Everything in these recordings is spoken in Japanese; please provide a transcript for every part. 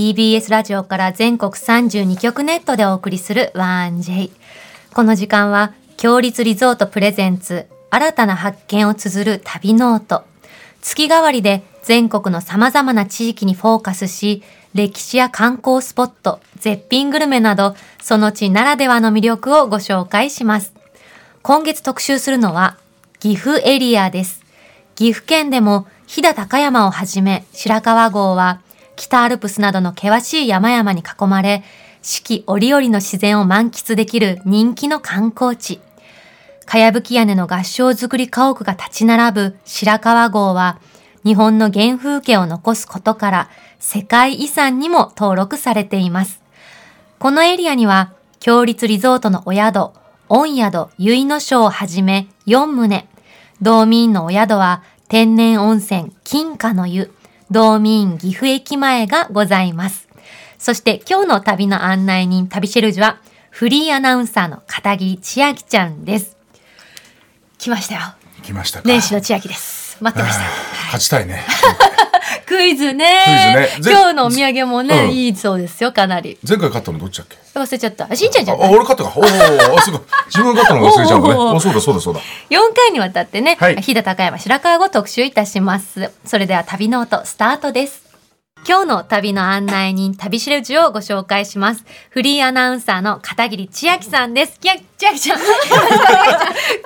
TBS ラジオから全国32局ネットでお送りする 1J。この時間は、強立リゾートプレゼンツ、新たな発見を綴る旅ノート。月替わりで全国の様々な地域にフォーカスし、歴史や観光スポット、絶品グルメなど、その地ならではの魅力をご紹介します。今月特集するのは、岐阜エリアです。岐阜県でも飛騨高山をはじめ白川郷は北アルプスなどの険しい山々に囲まれ四季折々の自然を満喫できる人気の観光地。かやぶき屋根の合掌造り家屋が立ち並ぶ白川郷は日本の原風景を残すことから世界遺産にも登録されています。このエリアには、強立リゾートのお宿、御宿、結いの章をはじめ4棟、道民のお宿は天然温泉金華の湯、道民岐阜駅前がございます。そして今日の旅の案内人、旅シェルジュは、フリーアナウンサーの片桐千秋ちゃんです。来ましたよ。来ましたか。年始の千秋です。待ってました。勝ちた いね。クイズねクイズねぜ今日のお土産もね、うんいいそうですよ、かなり。前回勝ったのどっちだっけ。忘れちゃった。あしんちゃんじあ、ゃない俺勝ったか。おーおー、あすごい。自分が勝ったの忘れちゃうのね。おーおーお、そうだそうだそうだ。 4回にわたってね、はい飛騨高山白川を特集いたしますそれでは旅ノートスタートです今日の旅の案内人旅しるじをご紹介しますフリーアナウンサーの片桐千秋さんです千秋千秋 ちゃん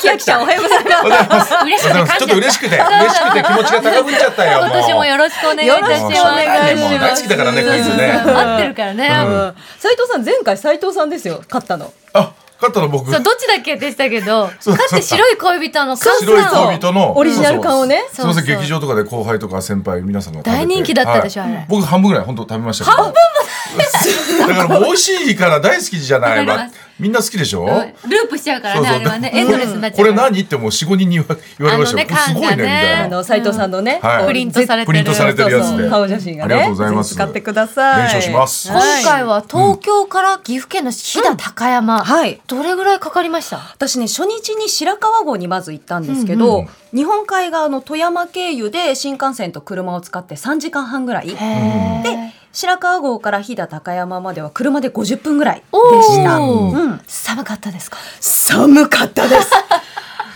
千秋ちゃんおはようございますおはようございます。嬉しくておはようござい感じますちょっと嬉しくて、嬉しくて気持ちが高ぶっちゃったよ。今年ももよろしくお願いいたしますよろしくお願いしますもう大好きだからねクイズね合ってるからね、うん斉藤さん前回斉藤さんですよ勝ったのう。あ、勝ったの僕。そう白どっちだっけでしたけどかそうそうつて白い恋人の菅いさんを恋人のオリジナル缶をねそうそうすみまそうせ、そうん劇場とかで後輩とか先輩皆さんが食べて大人気だったでしょはいあれ僕半分ぐらい本当食べましたけど。半分も。だからもう美味しいから大好きじゃなわいかりまわす。みんな好きでしょ。うんループしちゃうからねあれはねエンドレスになっちゃこうかれら何ってもう四五人に言わ言われましたよ。あのねすごいねみた缶あいな。の斉藤さんのはね、いこうプリントされてるプリントされてるやつそうそで。う顔写真がねありがとうございます。ぜひ使ってください連勝します。はい今回は東京から岐阜県の飛騨高山、はいどれぐらいかかりました私ね初日に白川郷にまず行ったんですけど、日本海側の富山経由で新幹線と車を使って3時間半ぐらいで白川郷から飛騨高山までは車で50分ぐらいでおした、お、うん、寒かったですか寒かったです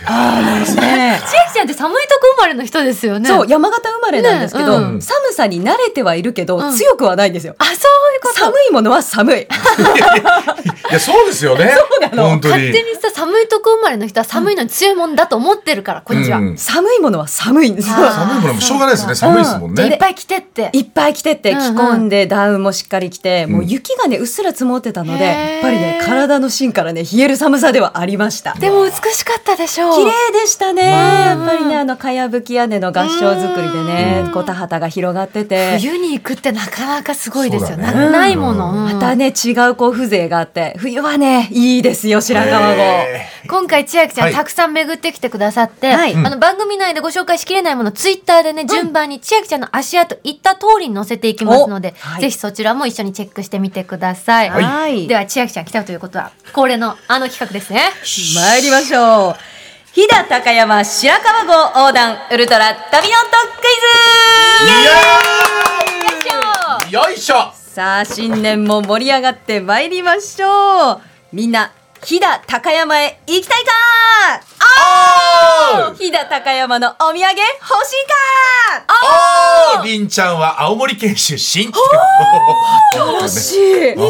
あのね千秋ちゃんって寒いとこ生まれの人ですよねそう山形生まれなんですけど、ねうん寒さに慣れてはいるけど、うん強くはないんですよあそういうこと寒いものは寒いいやそうですよね。そうなの本当に勝。手にさ寒いとこ生まれの人は寒いのに強いもんだと思ってるからこっちは、うん寒いものは寒いんですよあー寒いものもしょうがないですね。そう寒いかですもんじゃあいっね。ぱい来てっていっぱい着ててう着んうん込んでダウンもしっかり着て、もううん雪がねうっすら積もってたので、へーやっぱりね体の芯からね冷える寒さではありましたでも美しかったでしょう綺麗でしたね、うんやっぱりねあのかやぶき屋根の合掌造りでねこう田畑が広がってて冬に行くってなかなかすごいですよ、そうなだねないもの、うんうんまたね違うこう風情があって冬はねいいですよ白川郷、え今回千秋ちゃん、はいたくさん巡ってきてくださって、はいあの番組内でご紹介しきれないものツイッターでね順番に千秋ちゃんの足跡行った通りに載せていきますので、おはいぜひそちらも一緒にチェックしてみてください、はいはいでは千秋ちゃん来たということは恒例のあの企画ですね参りましょう飛騨高山白川郷横断ウルトラ旅のトクイズーイエーイよいしょ。さあ新年も盛り上がってまいりましょうみんな飛騨高山へ行きたいかおー飛騨高山のお土産欲しいかおーりんちゃんは青森県出身。欲しい2023バ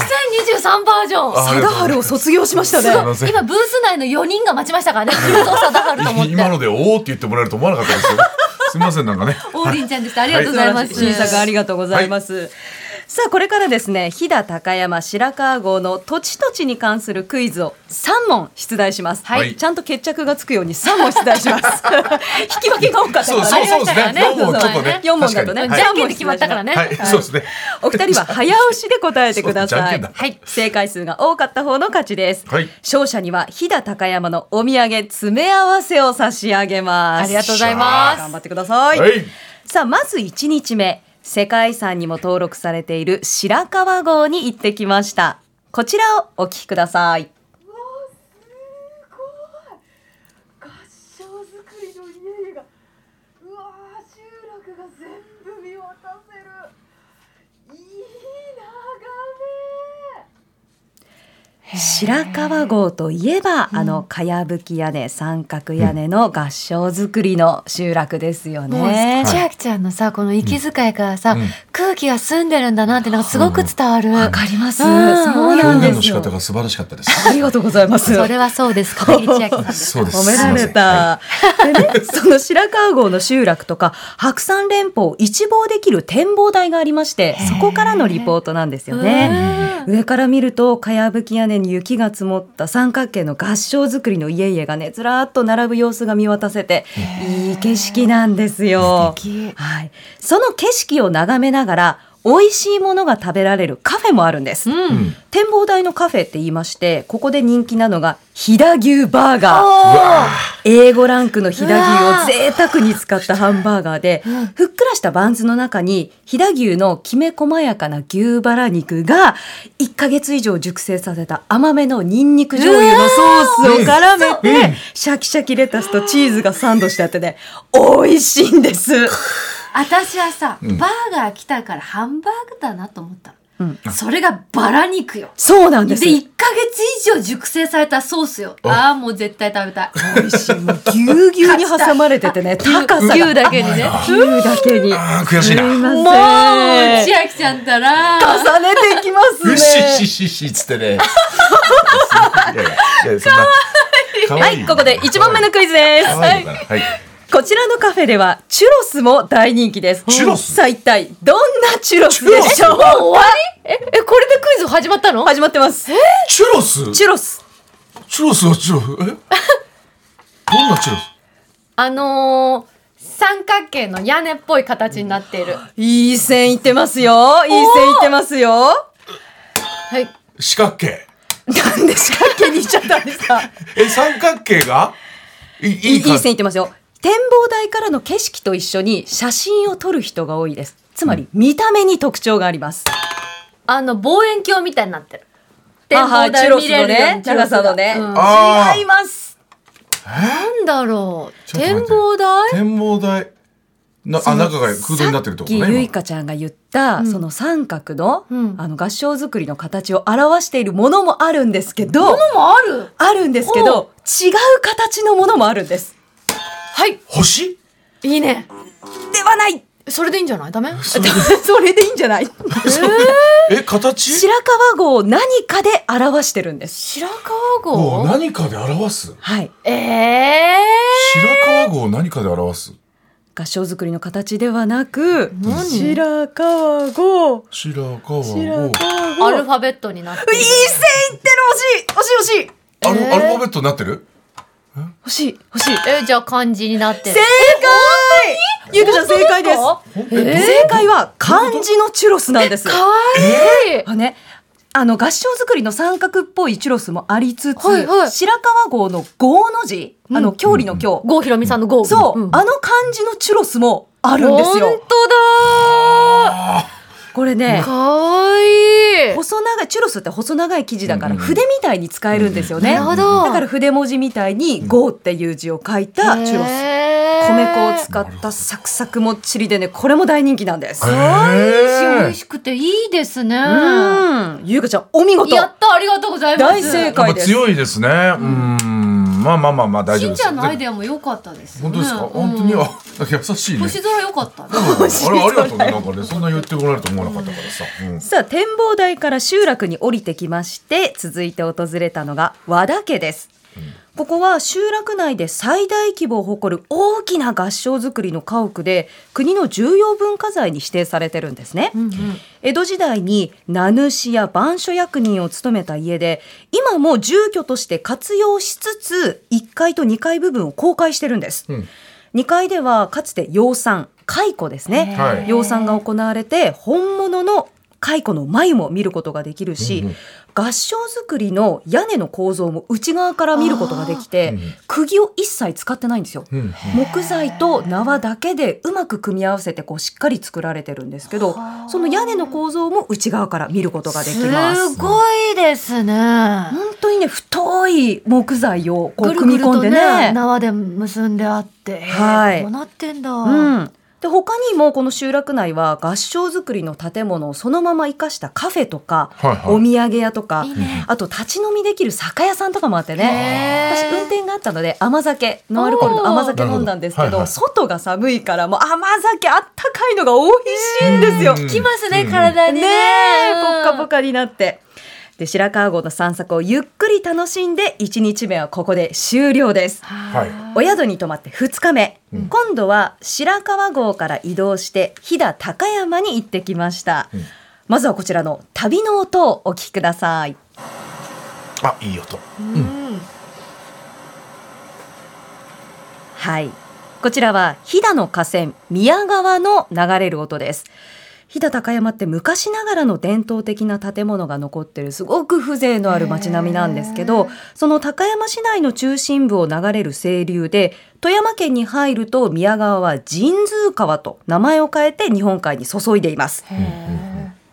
ージョンあ貞治を卒業しましたすごいねません今ブース内の4人が待ちましたからね黒沢貞治と思って今のでおーって言ってもらえると思わなかったですよ。すみませんなんかね。王林ちゃんでしたありがとうございます、素晴らしい新作ありがとうございます、さあこれからですね飛騨高山白川郷の土地土地に関するクイズを3問出題します、はいちゃんと決着がつくように3問出題します 引き分けが多かったそうからそうそうですありましたよね。ね四問ちょっとそうだねね。四問だとね確かにじゃんけんで決まったからね、はい、はいそうですね。お二人は早押しで答えてくださいそうじゃんけんだ。はい、正解数が多かった方の勝ちです。はい勝者には飛騨高山のお土産詰め合わせを差し上げます。ありがとうござい頑ま張ってください。はいさあまず一日目、世界遺産にも登録されている白川郷に行ってきました。こちらをお聞きください。合掌造りの家がうわー集落が全部見渡せるいい白川郷といえば、あのかやぶき屋根三角屋根の合掌造りの集落ですよもうね。千秋ちゃんのさこの息遣いからさ、うん空気が澄んでるんだなってなんかすごく伝わる、わかります。うんそうなん表で現のす仕よ方。が素晴らしかったでありがとうございます。それはそうですか。千秋さんです。す。 そうです。褒められた。でね、その白川郷の集落とか、白山連峰を一望できる展望台がありまして、そこからのリポートなんですよね。上から見ると、かやぶき屋根に雪が積もった三角形の合掌造りの家々がね、ずらーっと並ぶ様子が見渡せて、いい景色なんですよ。はい。その景色を眺めながら、美味しいものが食べられるカフェもあるんです。すいません。うん展望台のカフェって言いまして、ここで人気なのが、飛騨牛バーガー。うわあ A5 ランクの飛騨牛を贅沢に使ったハンバーガーで、ふっくらしたバンズの中に飛騨牛のきめ細やかな牛バラ肉が1ヶ月以上熟成させた甘めのニンニク醤油のソースを絡めて、シャキシャキレタスとチーズがサンドしてあってね、美味しいんです。 私はさ、うんバーガー来たからハンバーグだなと思ったうのんそれがバラ肉よそうなんでです。 1ヶ月以上熟成されたソースよああもう絶対食べたい美味しい。もうぎゅうぎゅうに挟まれててね、高さが。 牛だけにねもう牛だけに。あー悔しいな。すうません千秋ちゃんたら重ねていきますね。っしっしっしっつって ね。いやいやいやそんな可は愛い、ここで1問目のクイズです。可は愛いいのかなはい。こちらのカフェでは、チュロスも大人気です。チュロスさあ一体、どんなチュロスでしょうかええこれでクイズ始まったの始まってます。チュロス。チュロス。チュロスはチュロス。え？どんなチュロス？あのー三角形の屋根っぽい形になっているいい線いってますよ。いい線いってますよ。はい四角形。なんで四角形にいっちゃったんですかえ三角形が？いいいいいい感線いってますよ。展望台からの景色と一緒に写真を撮る人が多いです。つまり、見た目に特徴があります。あの望遠鏡みたいになってるあはいチュロスのね、チュロ長スがさのね。うんあー違います。なんだろうちょっと待って展望台展望台。なあ中が空洞になってるってことさっきゆねい。かちゃんが言った、んその三角の、うんあの合掌造りの形を表しているものもあるんですけど、もあるあるんですけど、違う形のものもあるんです。はい今星？いいねではないそれでいいんじゃないダメそれそれでいいんじゃないえ形？白川郷を何かで表してるんです。白川を郷何かで表す。はい。ええ白川郷を何かで表す。合掌造りの形ではなく、何白川郷、白川白郷。川ー、郷。アルファベットになっていい線いってる惜しい惜しい惜しいアルえーアルファベットになってる？惜しい惜しいえじゃあ漢字になってる正解ゆうかちゃん正解です本当ええー正解は漢字のチュロスなんです。かわいい、あね、あの合掌造りの三角っぽいチュロスもありつつ、はいはい白川郷の郷の字、あの郷里の郷、郷ひろみさんの郷そう、んあの漢字のチュロスもあるんですよ本。当だこれねー。かわいい細長いチュロスって細長い生地だからうんうん筆みたいに使えるんですよね。なるほどだから筆文字みたいに「郷」っていう字を書いたチュロス。米粉を使ったサクサクもっちりでねこれも大人気なんです。美え味しくていいですね。うん、ゆうかちゃんお見事やったありがとうございます。大正やっ解ぱです強いですね。うーん。まあまあまあまあ大丈夫しんです。ちゃんのアイデアも良かったです、ね。本当ですか。うん本当にあ優しいね。星空良かったね。あれありがとうねなんかねそんな言ってこられると思わなかったからさ。うんさあ展望台から集落に降りてきまして続いて訪れたのが和田家です、ここは集落内で最大規模を誇る大きな合掌造りの家屋で国の重要文化財に指定されてるんですね、江戸時代に名主や番所役人を務めた家で今も住居として活用しつつ1階と2階部分を公開してるんです、うん2階ではかつて養蚕蚕ですね、はい養蚕が行われて本物の蚕の眉も見ることができるし、合掌造りの屋根の構造も内側から見ることができて、うん釘を一切使ってないんですよ。うん。木材と縄だけでうまく組み合わせてこうしっかり作られてるんですけどその屋根の構造も内側から見ることができます。ごいですね。本当にね太い木材をこうぐるぐ組るみ込んとでねね縄で結んであって、はいこうなってんだ。うん、で他にもこの集落内は合掌造りの建物をそのまま生かしたカフェとか、はいはいお土産屋とかいいねあと立ち飲みできる酒屋さんとかもあってねへー私運転があったので甘酒ノンアルコールの甘酒飲んだんですけどおーなるほどはいはい外が寒いからもう甘酒あったかいのが美味しいんですよ。うんきますね、うん体ねにね。え、ぽっかぽかになって。で白川郷の散策をゆっくり楽しんで1日目はここで終了です。はいお宿に泊まって2日目、今度は白川郷から移動して飛騨高山に行ってきました、んまずはこちらの旅の音をお聞きくださいあ、いい音。はいこちらは飛騨の河川宮川の流れる音です飛騨高山って昔ながらの伝統的な建物が残ってるすごく風情のある街並みなんですけどその高山市内の中心部を流れる清流で富山県に入ると宮川は神通川と名前を変えて日本海に注いでいます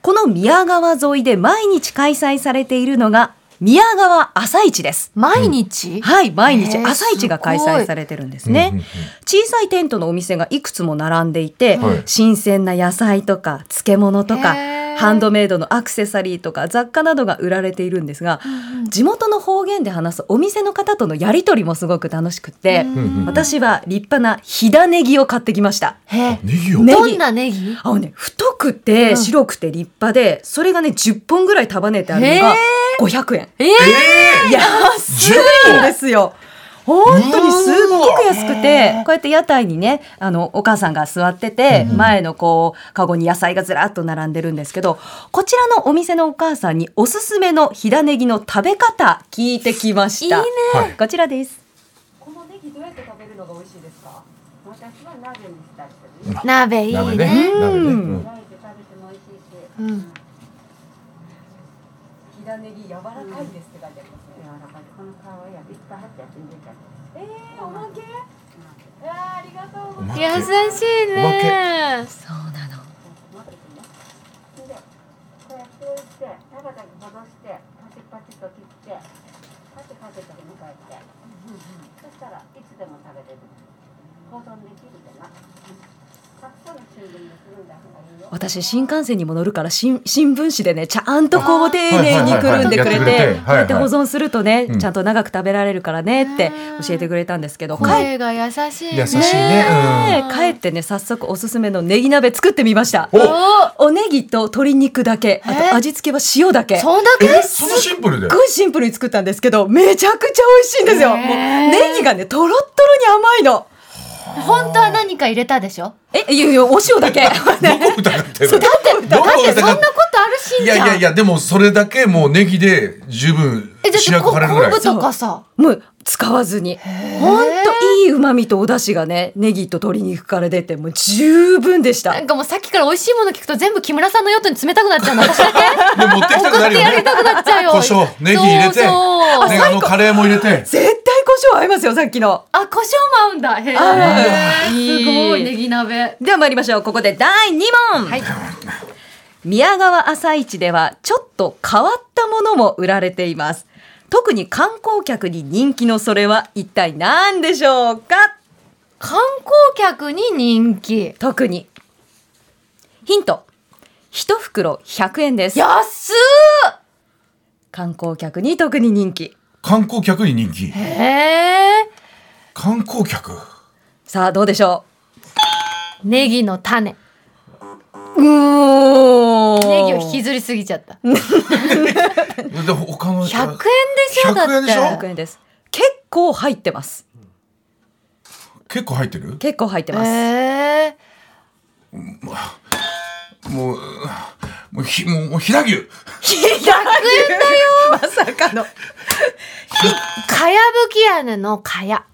この宮川沿いで毎日開催されているのが宮川朝市です毎日はい毎日へー朝市が開催されてるんですうんうんうねん小さいテントのお店がいくつも並んでいて、はい新鮮な野菜とか漬物とかへーハンドメイドのアクセサリーとか雑貨などが売られているんですが、地元の方言で話すお店の方とのやり取りもすごく楽しくて、んうん私は立派な飛騨ネギを買ってきました。あネギを。ねどんなネギあのね太くて白くて立派で、それがね10本ぐらい束ねてあるのが500円。えええ。安いんですよ。本当にすっごく安くて、こうやって屋台にね、あの、お母さんが座ってて、前のこう、カゴに野菜がずらっと並んでるんですけど、こちらのお店のお母さんにおすすめの飛騨ネギの食べ方聞いてきました。いいねはい。こちらです。このネギどうやって食べるのが美味しいですか私は鍋にしたりする鍋いいね。鍋ね。鍋ね。ううんん焼いて食べても美味しいしうんひだねぎ柔らかいですって書いてありますね。柔らかい。この皮やいっぱい入ってやってみてええー、おまけ。ああ、ありがとうおまけ優しいね。そうなの。待っててね。で、こうやって置いて、ただだけ戻して、パチパチと切って、パチパチと向かって。そしたらいつでも食べれる。保存できるかな。たくさんの新聞にするんだからいいよ。私、新幹線にも乗るから、新新聞紙でね、ちゃんとこう、丁寧にはいくはいはいはいるんでくれやってくれてて、こうやってはい保はい存するとねう、んちゃんと長く食べられるからねって教えてくれたんですけど、帰って声が優しいね。優しいね。うん帰ってね早速おすすめのネギ鍋作ってみましたうん。お。おおネギと鶏肉だけあえと味付けは塩だけすっそんだけえ、そのシンプルで。ごいシンプルに作ったんですけどめちゃくちゃ美味しいんですよもうへーネギがねとろっとろに甘いの本当は何か入れたでしょえいやいやお塩だ けどこ疑ってる。だだって、ってそんなことあるしんいじゃやんいやいや、でもそれだけもうネギで十分えじゃ白あくこ晴れるぐらい昆布。とかさもう使わずにほんといい旨味とお出汁がねネギと鶏肉から出てもう十分でしたなんかもうさっきから美味しいもの聞くと全部木村さんのヨットに冷たくなっ ちゃうの私だけで持ってきたくなるよやりね。たくなっちゃうよ胡椒、ネギ入れて、そうね、そうあのカレーも入れて。絶対胡椒合いますよさっきのあ胡椒も合うんだへえあらいすいごいネギ鍋では参りましょう。ここで第2問。はい宮川朝市ではちょっと変わったものも売られています。特に観光客に人気のそれは一体何でしょうか観光客に人気特に。ヒント。一袋100円です。安観光客に特に人気。観光客に人気。っえ観光客。さあ、どうでしょネギの種ネううーん。ギを引きずりすぎちゃった100円で、他の。でしょだって100円でしょ100円です。結構入ってます。結構入ってる結構入ってます。えーもう、もう、ひ、もう、もう飛騨牛。まさかの。かやぶき屋根のかや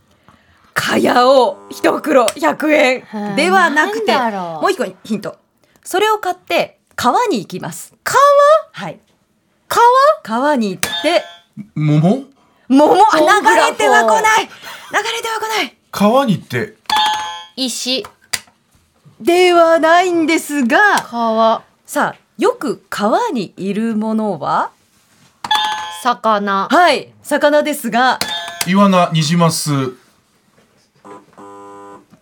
かやを一袋100は円いではなくて、なんだろうもう一個ヒント。それを買って、川に行きます。川はい。川川に行って、桃桃、あモンブラン流れては来ない流れては来ない川に行って、石ではないんですが、川さあ、よく川にいるものは魚はい、魚ですが、イワナ、ニジマス。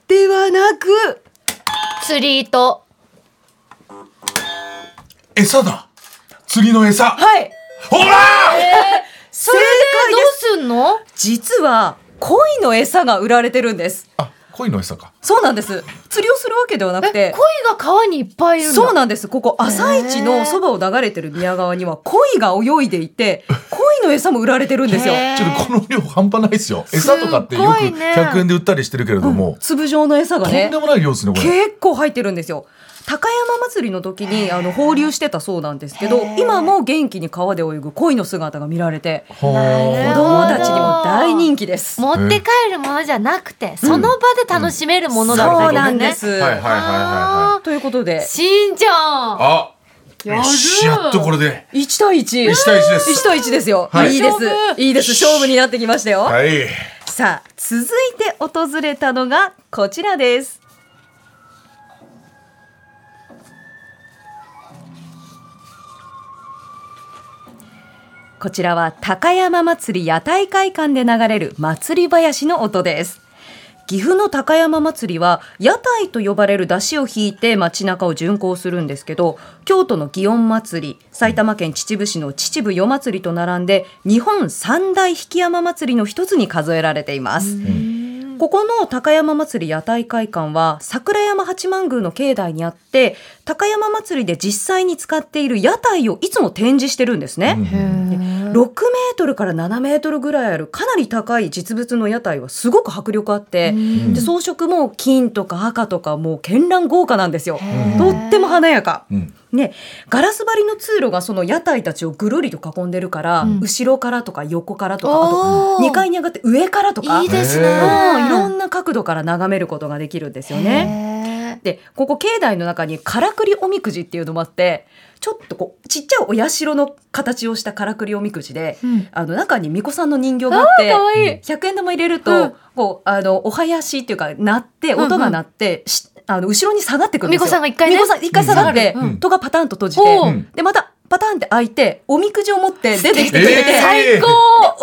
ではなく、ツ釣り糸。餌だ釣りの餌はいほら正それ解でですどうすんの実は恋の餌が売られてるんですあ鯉の餌かそうなんです釣りをするわけではなくえ、て鯉が川にいっぱいいるんだ。そうなんですここ朝市のそばを流れてる宮川には鯉が泳いでいて鯉の餌も売られてるんですよへーちょっとこの量半端ないですよ餌とかってよくすごいね100円で売ったりしてるけれども、粒状の餌がとんねでもない量ですねこれ結構入ってるんですよ高山祭りの時にあの放流してたそうなんですけど今も元気に川で泳ぐ鯉の姿が見られては子なるほど供たちにも大人気です持って帰るものじゃなくて、その場で楽しめるものだそうったなんりでね。す、あはいはいはいはいはいあということでーしんちゃん。あやるよしやっとこれで1対1 1対1です1対1ですよ、はいい、いです勝負いいです勝負になってきましたよ、はいさあ続いて訪れたのがこちらですこちらは高山祭り屋台会館で流れる祭り林の音です岐阜の高山祭りは屋台と呼ばれる出汁を引いて街中を巡行するんですけど京都の祇園祭り埼玉県秩父市の秩父夜祭りと並んで日本三大引山祭りの一つに数えられています。ここの高山祭り屋台会館は桜山八幡宮の境内にあって高山祭りで実際に使っている屋台をいつも展示してるんですね。6メートルから7メートルぐらいあるかなり高い実物の屋台はすごく迫力あって、で装飾も金とか赤とかもう絢爛豪華なんですよへーとっても華やか、うんね、ガラス張りの通路がその屋台たちをぐるりと囲んでるから、ん後ろからとか横からとかあおとー2階に上がって上からとかいいですね。へうんいろんなな角度から眺めることができるんですよね。ね。でここ境内の中にからくりおみくじっていうのもあってちょっとこうちっちゃいお社の形をしたからくりおみくじで、うんあの中に巫女さんの人形があって可愛いい。 100円玉入れると、うんこうあのお囃子っていうか鳴ってんうん音が鳴って、しあの後ろに下がってくるんですよ。巫女さんが一回ね巫女さん一回下がって、うん戸がパタンと閉じて、ほううんでまたパタンって開いておみくじを持って出てきてくれて、えー最高。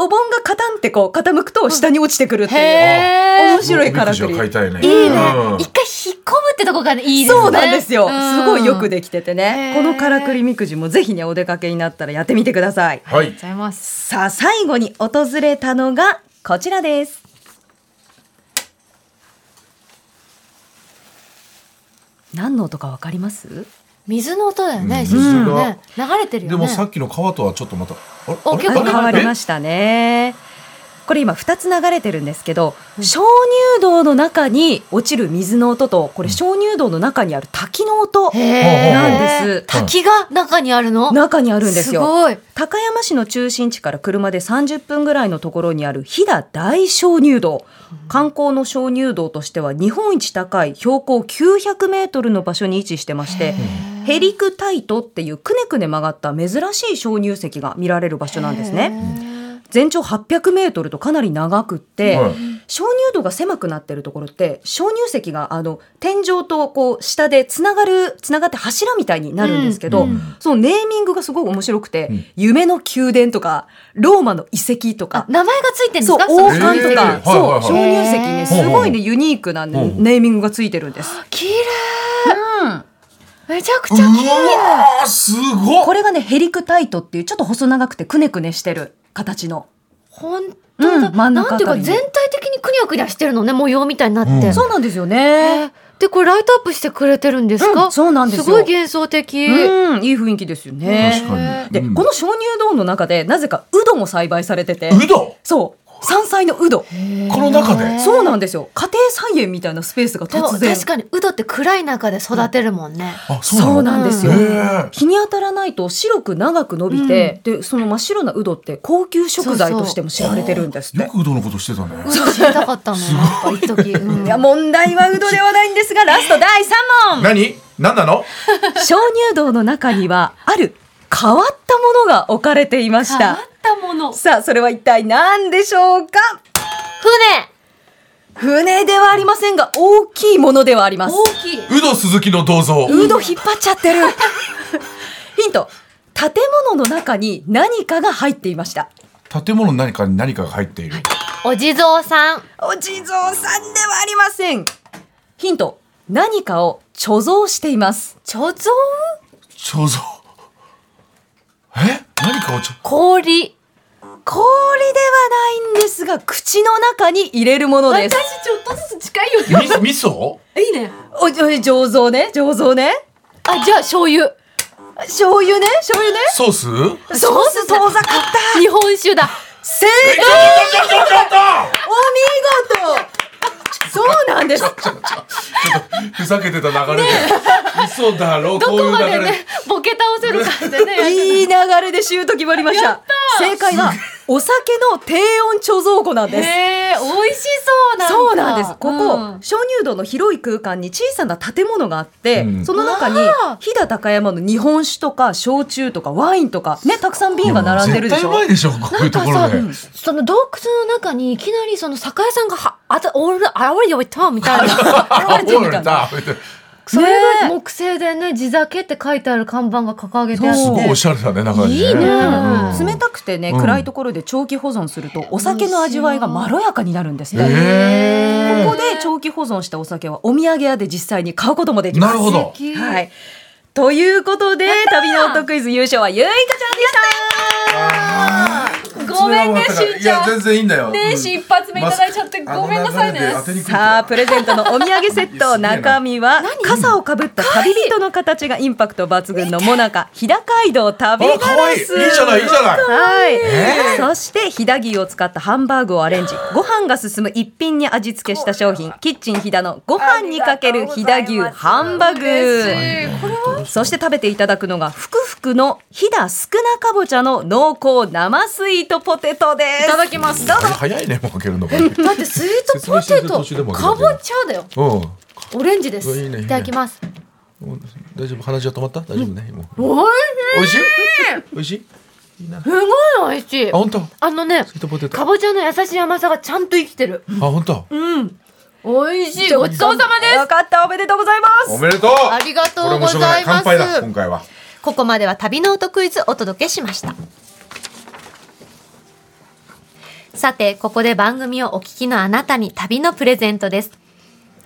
お盆がカタンってこう傾くと下に落ちてくるっていう。へー面白いからくおみりじを買いたいねいいね。一回うん引っ込むってとこがねいいですね。そうなんですよ、うんすごいよくできててへねーこのからくりみくじもぜひねお出かけになったらやってみてくださいあはりがとういございます。さあ最後に訪れたのがこちらです何の音かわかります水の音だようね。ん静かにね流れてるよね。でもさっきの川とはちょっとまたあれおあれ結構あれ変わりまししたねこれ今2つ流れてるんですけど鍾乳洞の中に落ちる水の音とこれ鍾乳洞の中にある滝の音へーなんです滝が中にあるの。中にあるんですよすごい。高山市の中心地から車で30分ぐらいのところにある飛騨大鍾乳洞観光の鍾乳洞としては日本一高い標高900メートルの場所に位置してましてヘリクタイトっていうくねくね曲がった珍しい鍾乳石が見られる場所なんですね全長800メートルとかなり長くって、はい鍾乳洞が狭くなってるところって鍾乳石があの天井とこう下でつながるつながって柱みたいになるんですけど、うんうんそのネーミングがすごく面白くて、うん夢の宮殿とかローマの遺跡とあか。名前がついてるんでそすうか。王の冠とへかー、そはうい鍾はいはい乳石ねへーすごいねユニークなねほうほうネーミングがついてるんです。綺麗。めちゃくちゃ綺う麗。わーすごっこれがねヘリクタイトっていうちょっと細長くてくねくねしてる形の。本当だ。うん真ん中なんていうかあたりに全体的にくにゃくにゃしてるのね模様みたいになって。うんそうなんですよね。えーでこれライトアップしてくれてるんですか。うんそうなんですよすごい幻想的。うんいい雰囲気ですよね。確かにで、うんこの鍾乳洞の中でなぜかウドも栽培されてて、うどそう山菜のウド、この中でそうなんですよ家庭菜園みたいなスペースがでも突然確かにウドって暗い中で育てるもんね。あそうのなんですよ、へー日に当たらないと白く長く伸びて、でその真っ白なウドって高級食材としても知られてるんですってよくうどんのことしてたねウド知りたかった のよ。やっぱ一時。うんいや問題はウドではないんです がラスト第3問 何何なの鍾乳洞の中にはある変わったものが置かれていまし変わたったもの。船。さあそれは一体何でしょうか船ではありませんが大きいものではあります大きい。うど鈴木の銅像ウド引っ張っちゃって るヒント建物の中に何かが入っていました建物の何かに何かが入っているお地蔵さん。お地蔵さんではありませんヒント何かを貯蔵しています。貯蔵貯蔵。え何かをちょ、氷。氷ではないんですが、口の中に入れるもの私ちです。ょっとずつ近いよ。み味噌いいね。お、お醸造ね、醸造ね。あ、じゃあ醤油。醤油ね、醤油ね。ソースソース遠ざかった。日本酒だ。正え解ちょちょちょちょちょっお見事そうなんです。とちょっとふざけてた流れで。味噌だろ、どこうこいうまで流れ。ね、ボケ倒せるかって ね。いい流れでシュート決まりました。正解は、お酒の低温貯蔵庫なんです。へえ、美味しそうなんだ。そうなんです。ここ、うん鍾乳洞の広い空間に小さな建物があって、うんその中にあー飛騨高山の日本酒とか焼酎とかワインとかねたくさん瓶が並んでるで絶し対うょ。まいでしょ、こうないうんとかころさで。、その洞窟の中にいきなりその酒屋さんがは、あた、オール、あわよいたみた いな。あ、絶対うまいおるだ。それが木製でね、地酒って書いてある看板が掲げてあっすごいおて。しゃれだね、中に。いいね。うん冷たくてね、うん暗いところで長期保存するとお酒の味わいがまろやかになるんですへね。えここで長期保存したお酒はお土産屋で実際に買うこともできまなす。るほど素敵はい。ということで、旅の音クイズ優勝はゆいかちゃんでしたごめんね、しんちゃん。いや、全然いいんだよ。ね、うん一発目いただいちゃって、あのごめんなさい流れねで。当てにくいからさあプレゼントのお土産セすげえットな中身は傘をかぶった旅人の形がインパクト抜群のもなか飛騨街道旅あ、ガ可ラ愛いい。いいスじゃない、いいじゃない。はい、えそして飛騨牛を使ったハンバーグをアレンジご飯が進む一品に味付けした商品キッチン飛騨のご飯にかける飛騨牛ハンバーグえーこれはそして食べていただくのがふくふくの飛騨少なかぼちゃの濃厚生スイートポテトですいただきます。だあれ早いね、もうかけるのが。うん。ってスイートポ説明してテるト途中でも、かぼちゃだよ。オレンジです。うわいいねいいねいただきます。大丈夫、話は止まった大丈夫ね。もうおい美味しい美味しいいいな。あ、すごい美味しい。本当。スあのねイ、ートポテト。かあ、ぼちゃの優しい甘さがちゃんと生きてる。本当。美味しい。ごちそうさまです。よかったおめでとうございますおめでとうありがとうございますこれもしょがな乾杯だ、今回は。ここまでは旅の音クイズお届けしました。さて、ここで番組をお聞きのあなたに旅のプレゼントです。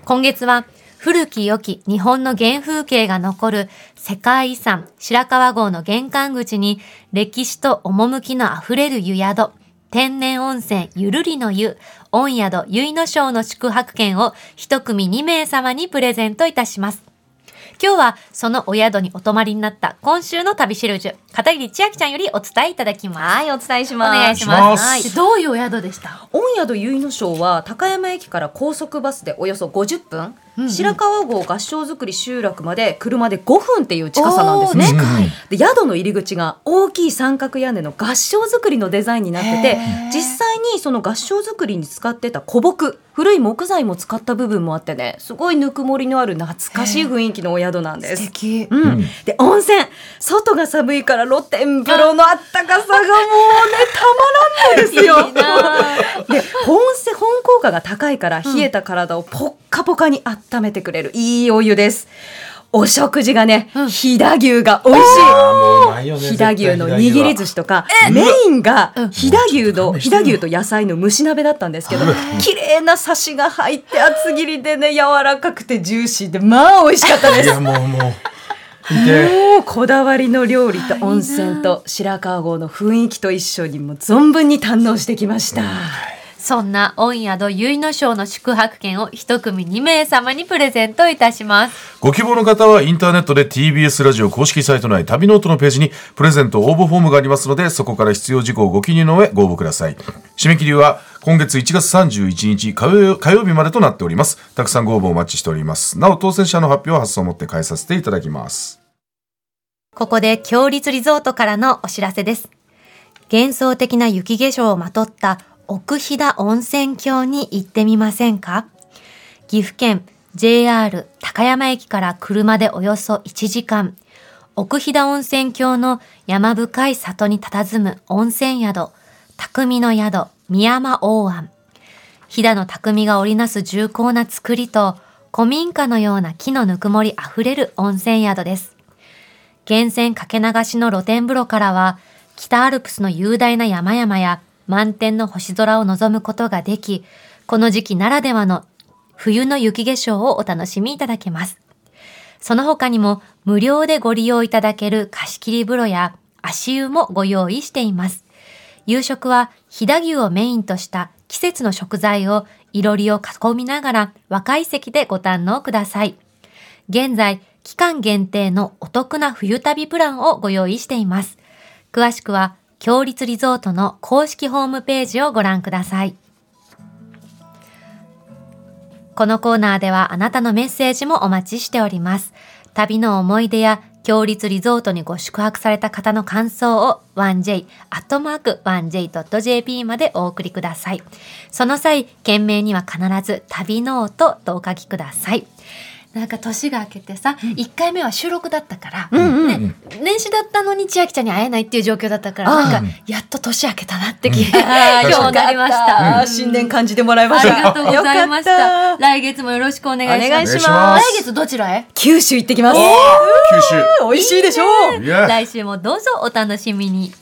今月は、古き良き日本の原風景が残る世界遺産白川郷の玄関口に歴史と趣のあふれる湯宿、天然温泉ゆるりの湯、温宿ゆいの章の宿泊券を一組2名様にプレゼントいたします。今日はそのお宿にお泊まりになった今週の旅シェルジュ片桐千秋ちゃんよりお伝えいただきます。はいお伝えしおます願いしお願ま。いしますすはいでどういうお宿でした御宿結の章は高山駅から高速バスでおよそ50分、白川郷合掌造り集落まで車で5分っていう近さなんですねおー近いで宿の入り口が大きい三角屋根の合掌造りのデザインになってて実際にその合掌造りに使ってた古木古い木材も使った部分もあってねすごいぬくもりのある懐かしい雰囲気のお宿なんです敵。うんうんで温泉外が寒いから露天風呂のあったかさがもうねたまらんのですよ。で保温性保温効果が高いから冷えた体をポッカポカに温めてくれるいいお湯です。お食事がね、飛騨牛が美味しあ、もううまいよね。い。飛騨牛の握り寿司。司とか、メインが飛騨牛の、うん飛騨牛と野菜の蒸し鍋だったんですけど、綺麗なサシが入って厚切りでね、柔らかくてジューシーで、まあ美味しかったですい。や、もう、もう。見て。もうこだわりの料理と温泉と白川郷の雰囲気と一緒にもう存分に堪能してきました。そんな御宿結の章の宿泊券を一組2名様にプレゼントいたし ます。ご希望の方はインターネットで TBS ラジオ公式サイト内旅ノートのページにプレゼント応募フォームがありますのでそこから必要事項をご記入の上ご応募ください締め切りは今月1月31日火曜火曜日までとなっておりますたくさんご応募お待ちしておりますなお当選者の発表は発送をもって返させていただきますここで強立リゾートからのお知らせです。幻想的な雪化粧をまとった奥飛騨温泉郷に行ってみませんか岐阜県 JR 高山駅から車でおよそ1時間、奥飛騨温泉郷の山深い里に佇む温泉宿、匠の宿、宮間大庵。飛騨の匠が織りなす重厚な造りと、古民家のような木のぬくもりあふれる温泉宿です。源泉かけ流しの露天風呂からは、北アルプスの雄大な山々や満天の星空を望むことができ、この時期ならではの冬の雪化粧をお楽しみいただけます。その他にも無料でご利用いただける貸し切り風呂や足湯もご用意しています。夕食は飛騨牛をメインとした季節の食材をいろりを囲みながら若い席でご堪能ください。現在、期間限定のお得な冬旅プランをご用意しています。詳しくは、強立リゾートの公式ホームページをご覧ください。このコーナーではあなたのメッセージもお待ちしております。旅の思い出や、強立リゾートにご宿泊された方の感想を 1j.1j.jp までお送りください。その際、件名には必ず旅ノートとお書きください。なんか年が明けてさ、一1回目は収録だったから、ね、年始だったのに千秋ちゃんに会えないっていう状況だったから、なんかやっと年明けたなって気が、 今日なりました。あー新年感じてもらいまあしりた。がとうございまよした。かった来月もよろしくお願いします。お願いしますます来月どちらへ九州行ってきます。九州美味しいでしょう。いや来週もどうぞお楽しみに。